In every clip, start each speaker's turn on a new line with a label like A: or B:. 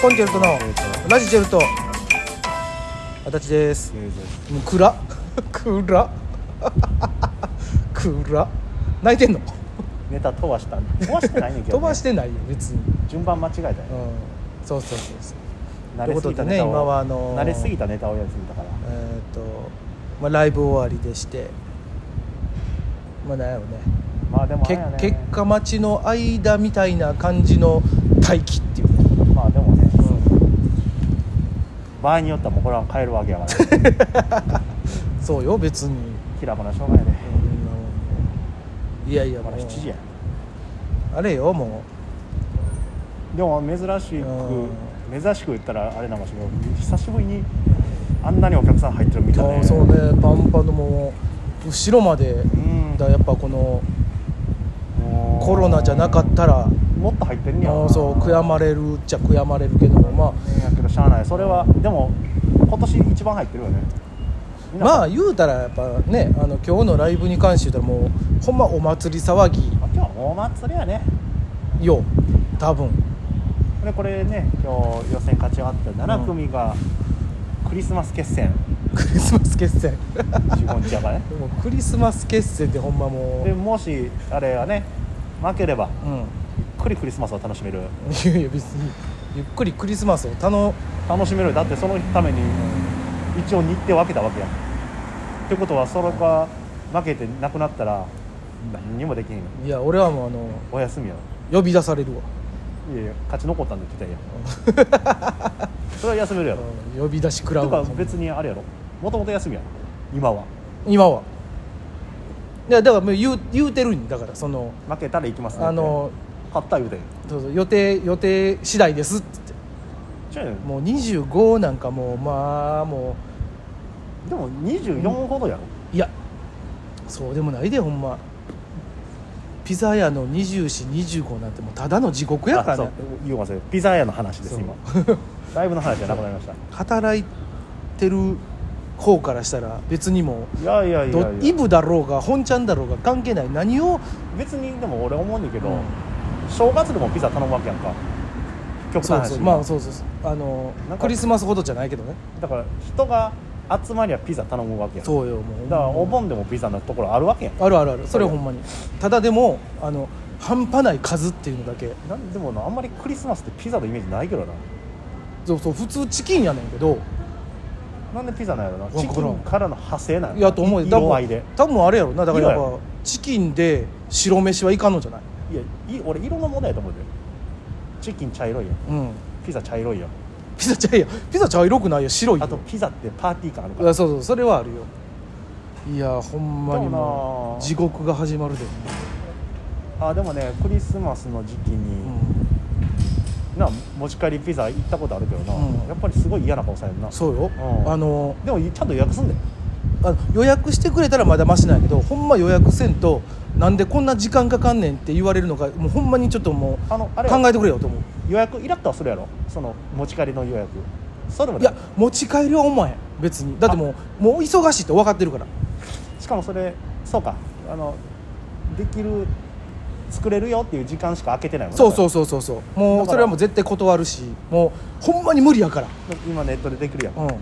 A: コンチェルトの
B: えっと
A: ラジチェルト私です
B: えーと
A: もう暗 暗暗泣いてんの
B: ネタ飛ばした飛ばしてないねんけど、
A: 飛
B: ね、
A: ばしてないよ別に、
B: 順番間違えたよ
A: う、ん、そうそうそうそう
B: 慣れすぎたネ
A: ということでね
B: タを
A: 今はあのー
B: 慣れすぎたネタをやりすぎたから
A: えっ、と、まあ、ライブ終わりでしてまあなんやろね
B: まあでもあれ
A: け
B: やね
A: 結果待ちの間みたいな感じの待機っていうね、
B: まあでもね場合によってはもうこれは変えるわけやから
A: そうよ別に、
B: 気楽なしょうがないで
A: いやいや
B: まだ
A: もう
B: 7時や
A: あれよも
B: でも珍し
A: うん
B: く珍しく言ったらあれなんかしけど久しぶりにあんなにお客さん入ってるみ
A: う、
B: たい
A: ああそうねパンパンのもう後ろまで
B: うん
A: だやっぱこの
B: もう
A: コロナじゃなかったら
B: もっと入ってんねや
A: もうそう悔やまれるっちゃ悔やまれるけどもまあ
B: ねやけどしゃあないそれはでも今年一番入ってるよねみんな
A: まあ言うたらやっぱねあの今日のライブに関して言うたらもうほんまお祭り騒ぎ
B: 今日はお祭りやね
A: よ多分
B: でこれね今日予選勝ち上がった7組がクリスマス決戦
A: クリスマス決戦
B: 15日やからね
A: もうクリスマス決戦でほんまも
B: でもしあれはね負ければ
A: ううん
B: ゆっくりクリスマスを楽しめる
A: いやいや別にゆっくりクリスマスを楽
B: 楽しめるだってそのために一応日程を分けたわけやってことはそれが負けてなくなったら何にもできへんよ
A: いや俺はもうあの
B: お休みや
A: 呼び出されるわ
B: いやいや勝ち残ったんでって言ったんやそれは休めるやろ
A: うん呼び出し食ら
B: と
A: うわ
B: か別にあれやろもともと休みやろ今は
A: 今はいやだからもう言う言うてるんだからその
B: 負けたら行きますねって
A: あの
B: 勝った言うてんや
A: そうそう予定予定次第ですって言っ
B: ちゃうやん
A: てもう25なんかもうまあも
B: でも24ほどやろ、
A: ういやそうでもないでほんまピザ屋の2425なんてもうただの地獄やから
B: そう
A: ね
B: 言うませんピザ屋の話です
A: そう
B: 今ライブの話じゃなくなりました
A: 働いてる方からしたら別にも
B: いやいや
A: う
B: い
A: ど
B: やい
A: イ
B: や
A: ブだろうが本ちゃんだろうが関係ない何を
B: 別にでも俺思うねんだけど、
A: うん
B: 正月でもピザ頼むわけやんか極端
A: そ
B: な
A: う
B: 話
A: そうまあそうそうそうあの
B: なんか
A: クリスマスほどじゃないけどね
B: だから人が集まりゃピザ頼むわけやんだ
A: そうよもう
B: からお盆でもピザのところあるわけやん
A: あるあるあるそれはほんまにただでもあの半端ない数っていうのだけ
B: なんでもなあんまりクリスマスってピザのイメージないけどな
A: そうそう普通チキンやねんけど
B: なんでピザなんやろな
A: からん
B: チキンからの派生なん
A: いやと思うよ多
B: 色合いで
A: 分多分あれやろなだからや
B: 色
A: っ
B: や
A: ぱチキンで白飯はいかんのじゃない
B: いやい俺色の問題やと思うでチキン茶色いやん
A: うん
B: ピザ茶色いやん
A: ピザ茶いやピザ茶色くないよ白いよ
B: あとピザってパーティー感あるか
A: い
B: ら
A: やそうそうそれはあるよいやほんまにもう
B: で
A: 地獄が始まるで、
B: あでもねクリスマスの時期
A: う
B: に、
A: ん、
B: な持ち帰りピザ行ったことあるけどな、
A: うん
B: やっぱりすごい嫌な顔されるな
A: そうよ、
B: うん
A: あの
B: でもちゃんと予約すんだよ
A: あの予約してくれたらまだマシなんやけどほんま予約せんとなんでこんな時間かかんねんって言われるのかもうほんまにちょっともう
B: あのあれ
A: 考えてくれよと思う
B: 予約イラッとはするやろその持ち帰りの予約それも
A: いや持ち帰りは思わへん別にだってもうもう忙しいって分かってるから
B: しかもそれそうかあのできる作れるよっていう時間しか空けてないもんね
A: そうそうそうそうそうも
B: だ
A: う
B: から
A: それはもう絶対断るしもうほんまに無理やから
B: 今ネットでできるやん
A: うん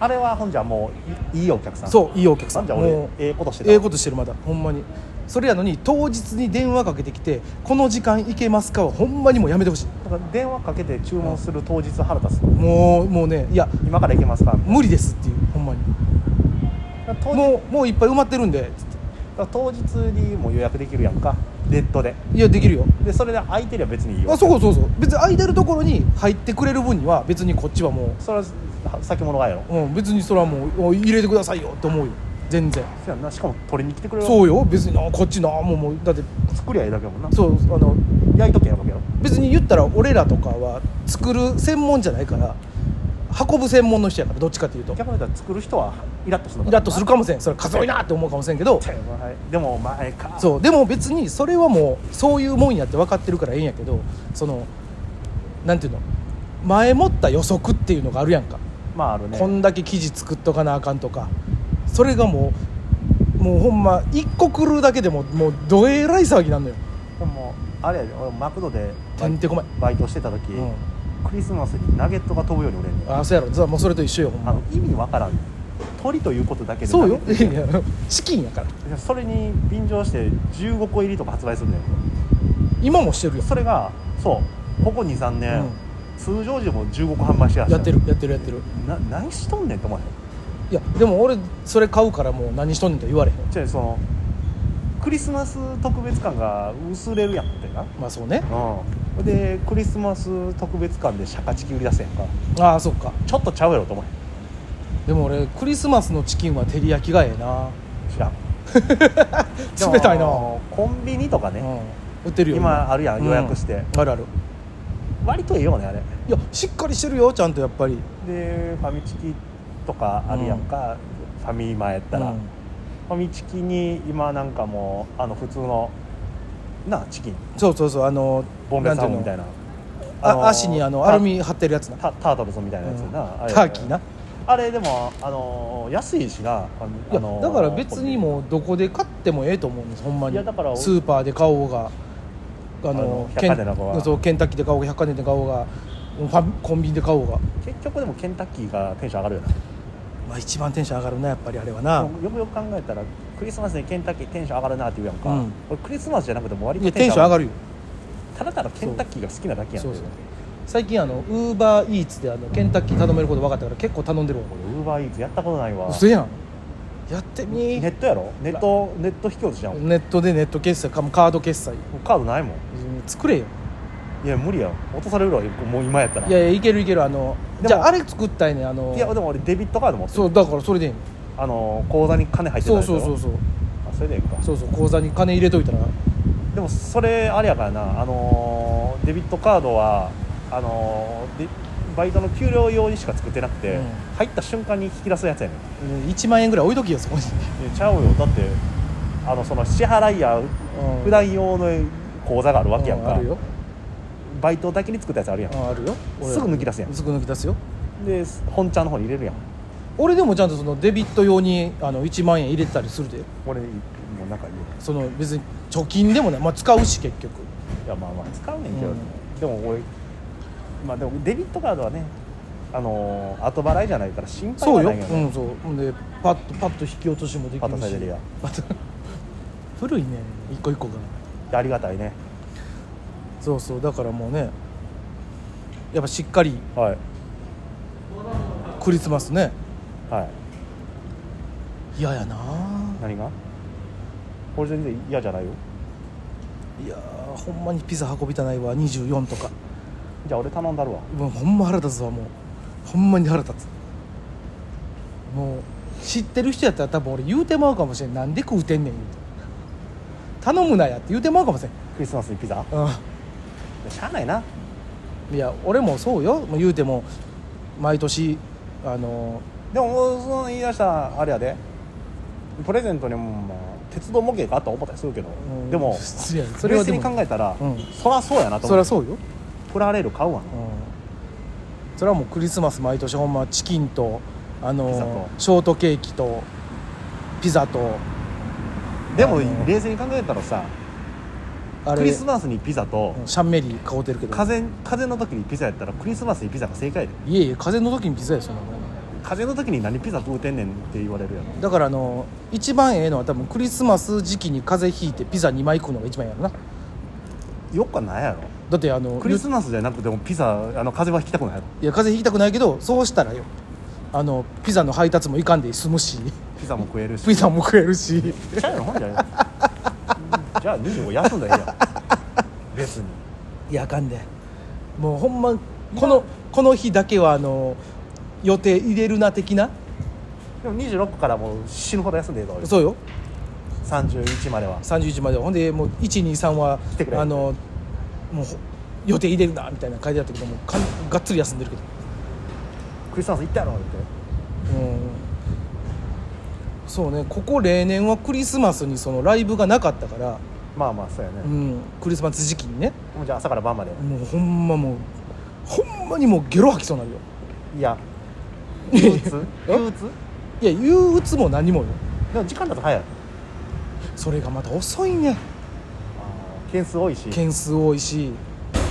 B: あれはほんじゃもういいいお客さんう
A: そういいお客さん
B: じゃ
A: も
B: 俺
A: う
B: ええことしてた
A: ええことしてるまだほんまにそれやのに当日に電話かけてきて「この時間行けますか?」はほんまにもうやめてほしい
B: だから電話かけて注文する当日腹立つの
A: もうもうねいや
B: 今から行けますか
A: 無理ですっていうほんまに
B: 当日
A: もうもういっぱい埋まってるんでつって
B: 当日にもう予約できるやんかネットで
A: いやできるよ
B: でそれで空いてりゃ別にいいよ
A: あそうそうそうそう別に空いてるところに入ってくれる分には別にこっちはも
B: それは先物がやろ
A: う、うん、別にそれはもうお入れてくださいよって思うよ全然
B: そやんなしかも取りに来てくれる
A: そううよ別にあこっちなもうもうだって
B: 作りゃええだけやもんな
A: そうあの
B: 焼いとけやるわけやろ
A: 別に言ったら俺らとかは作る専門じゃないから運ぶ専門の人やからどっちかっていうと
B: 逆に言ったら作る人はイラッとするの
A: イラッとするか
B: も
A: もしれんそれ数えなって思うかもしれんけど
B: でもお前か
A: そうでも別にそれはもうそういうもんやって分かってるからええんやけどそのなんていうの前もった予測っていうのがあるやんか
B: まああるね
A: こんだけ生地作っとかなあかんとかそれがもうもうほんま一個狂うだけでももうどえらい騒ぎなんのよ
B: でもあれやで俺マクドで
A: てんてこまい、
B: バイトしてた時、
A: うん
B: クリスマスにナゲットが飛ぶように売れんねん
A: あそうやろそうもうそれと一緒よほんま
B: あの意味わからん鳥ということだけで
A: そうよ
B: ナゲッ
A: い
B: ト
A: やチキンやから
B: それに便乗して15個入りとか発売するんだよ
A: 今もしてるよ
B: それがそうここ23年、
A: うん
B: 通常時も15個販売してらっしゃ
A: やってるやってるやってる
B: な何しとんねんって思わへん
A: いやでも俺それ買うからもう何しとんねんと言われへん
B: じゃあそのクリスマス特別感が薄れるやんってな
A: まあそうね
B: うんでクリスマス特別感でシャカチキ売り出せやんか
A: ああそっか
B: ちょっとちゃうやろと思わへ
A: でも俺クリスマスのチキンは照り焼きがええなん
B: 知らんでも
A: 冷たいな、
B: コンビニとかね、
A: うん、売ってるよ
B: 今あるやん予約して、
A: あるある
B: 割とええよねあれ
A: いやしっかりしてるよちゃんとやっぱり
B: でファミチキとかあるやんか、ファミマやったら、
A: うん
B: ファミチキに今なんかもうあの普通のなあチキン
A: そうそうそうあの
B: ボンレスハム
A: なん
B: み
A: てい
B: た
A: う
B: いな
A: のあ、
B: のー
A: 足にあのアルミ貼ってるやつな
B: タタタートルズみたいなやつな、
A: うん
B: あれ
A: ターキーな
B: あれでもあのー安いしなあの
A: いや
B: あのー
A: だから別にもうどこで買ってもええと思うんですほんまに
B: いやだから
A: スーパーで買おうがあ
B: あの
A: の
B: 百貨店の子は
A: ケンそうケンタッキーで買おうが百貨店で買おうがファミコンビニで買おうが、
B: 結局でもケンタッキーがテンション上がるよな
A: まあ、一番テンション上がるなやっぱりあれはな
B: よくよく考えたらクリスマスにケンタッキーテンション上がるなって言うやんか、
A: うん
B: 俺クリスマスじゃなくても割
A: い
B: と
A: やテンション上がるよ
B: ただただケンタッキーが好きなだけやん
A: そうそう最近あのウーバーイーツであのケンタッキー頼めること分かったから結構頼んでるわ
B: 俺ウーバーイーツやったことないわ
A: 嘘やんやってみ
B: ネットやろネットネット引き落としじゃん
A: ネットでネット決済かカード決済
B: カードないもん
A: 作れよ
B: いや無理やん落とされるわもう今やったら
A: いやいやいけるいけるあの
B: でも
A: じゃああれ作ったいねんあの
B: いやでも俺デビットカード持ってる
A: そうだからそれでいいの
B: あの口座に金入ってた
A: そ
B: や
A: う
B: つや
A: そ
B: ろ
A: うそうそう
B: あそれでええか
A: そうそう口座に金入れといたら
B: でもそれあれやからなあのーデビットカードはあのーでバイトの給料用にしか作ってなくて、
A: うん
B: 入った瞬間に引き出すやつやねん
A: うん1万円ぐらい置いときよそこに、
B: いやちゃうよだってあのその支払いや
A: うん
B: 普段用の口座があるわけやん
A: うん
B: か、
A: あるよ、
B: バイトだけに作ったやつあるやん
A: うんあるよ俺
B: すぐ抜き出すやん
A: すぐ抜き出すよ
B: で本ちゃんの方に入れるやん
A: 俺でもちゃんとそのデビット用にあの1万円入れてたりするで
B: 俺もうなんかいいよ
A: その別に貯金でもない、まあ、使うし結局
B: いやまあまあ使うねんけど、
A: うん
B: でも俺まあでもデビットカードはねあのー後払いじゃないから心配
A: そ
B: は
A: うよ、
B: ないうよね
A: んそうほんでパッとパッと引き落としもでき
B: パ
A: る
B: ッとさ
A: し
B: れるやん
A: パッと 古いね一個一個が
B: ありがたいね
A: そうそうだからもうねやっぱしっかり
B: はい
A: クリスマスね
B: はい
A: 嫌やな
B: 何がこれ全然嫌じゃないよ
A: いやーほんまにピザ運びたないわ24とか
B: じゃあ俺頼んだるわ
A: もうほんま腹立つわもうほんまに腹立つもう知ってる人やったら多分俺言うてまうかもしれんなんで食うてんねん言うて頼むなやって言うてまうかもしれん
B: クリスマスにピザ
A: う
B: しゃあないなん
A: いや俺もそうよもう言うても毎年あの
B: でももうその言い出したらあれやでプレゼントにも、まあ、鉄道模型があったら思ったりするけど、
A: うん
B: でも
A: 失礼
B: そ
A: そ
B: れ
A: れ
B: は
A: は
B: 冷
A: で
B: 静に考
A: も
B: えたら、
A: うん
B: そらそうやなと
A: そ
B: 思
A: り
B: う
A: ゃそうよ、うん、
B: プラレール買うわな
A: それはもうクリスマス毎年ほんまチキンとあ
B: ピザと
A: のショートケーキとピザと
B: でも
A: あの
B: 冷静に考えたらさ
A: あ
B: ク
A: れ
B: リスマスにピザと、
A: うんシャンメリー買うてるけど
B: 風風の時にピザやったらクリスマスにピザが正解やで
A: いえいえ風の時にピザやそんなもん
B: 風の時に何ピザ食うてんねんって言われるやろ
A: だからあの一番ええのは多分クリスマス時期に風邪ひいてピザ2枚食うのが一番ええやろな
B: よっかないやろ
A: だってあの
B: クリスマスじゃなくてもピザあの風邪は引きたくないやろ
A: いや風邪ひきたくないけどそうしたらよあのピザの配達もいかんで済むし
B: ピザも食えるし
A: ピザも食えるし
B: ちゃうやろほんじゃね じゃあ25休んだらええやん別に
A: いやあかんでもうほんまこのこの日だけはあの予定入れるな的な
B: でも26からもう死ぬほど休んでええぞ俺
A: そうよ
B: 31までは
A: 31まではほんでもう123は
B: 来てくれ
A: あのもうほ予定入れるなみたいな書いてあったけどもうかんがっつり休んでるけど
B: クリスマス行ったやろって
A: うんそうねここ例年はクリスマスにそのライブがなかったから、
B: まあまあそうやね、
A: う
B: も
A: ん、クリスマス時期にね
B: うじゃあ朝から晩まで
A: もうほんまもうほんまにもうゲロ吐きそうになるよ
B: いや憂 鬱
A: え
B: 憂鬱
A: いや憂鬱も何もよ
B: でも時間だと早い
A: それがまた遅いね
B: 件数多いし
A: 件数多いし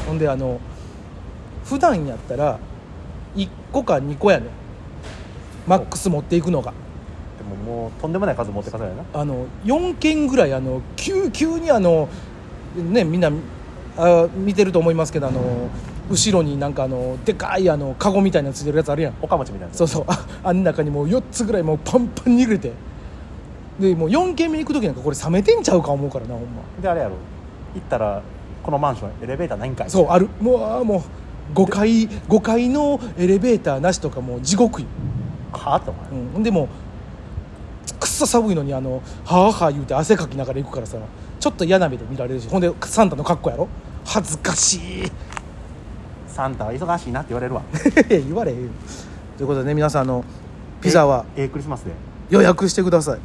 A: ほんであの普段やったら1個か2個やねんマックス持っていくのが
B: でももうとんでもない数持ってかさないな
A: あの4件ぐらいあの急急にあのねみんなあ見てると思いますけどあの後ろになんかあのでかいあのカゴみたいなのついてるやつあるやん
B: 岡町みたいな
A: そうそう ああん中にもう4つぐらいもうパンパンに入れてでもう4軒目に行く時なんかこれ冷めてんちゃうか思うからなほんま
B: であれやろ行ったらこのマンションエレベーターないんかい
A: そうあるもうあーもう5階5階のエレベーターなしとかもう地獄よ
B: はあってお前、
A: うん、でもくっそ寒いのにあのはあはあ言うて汗かきながら行くからさちょっと嫌な目で見られるしほんでサンタの格好やろ恥ずかしい
B: サンタは忙しいなって言われるわ
A: 言 われへんよということでね皆さんあのピザは
B: えええクリスマスで
A: 予約してください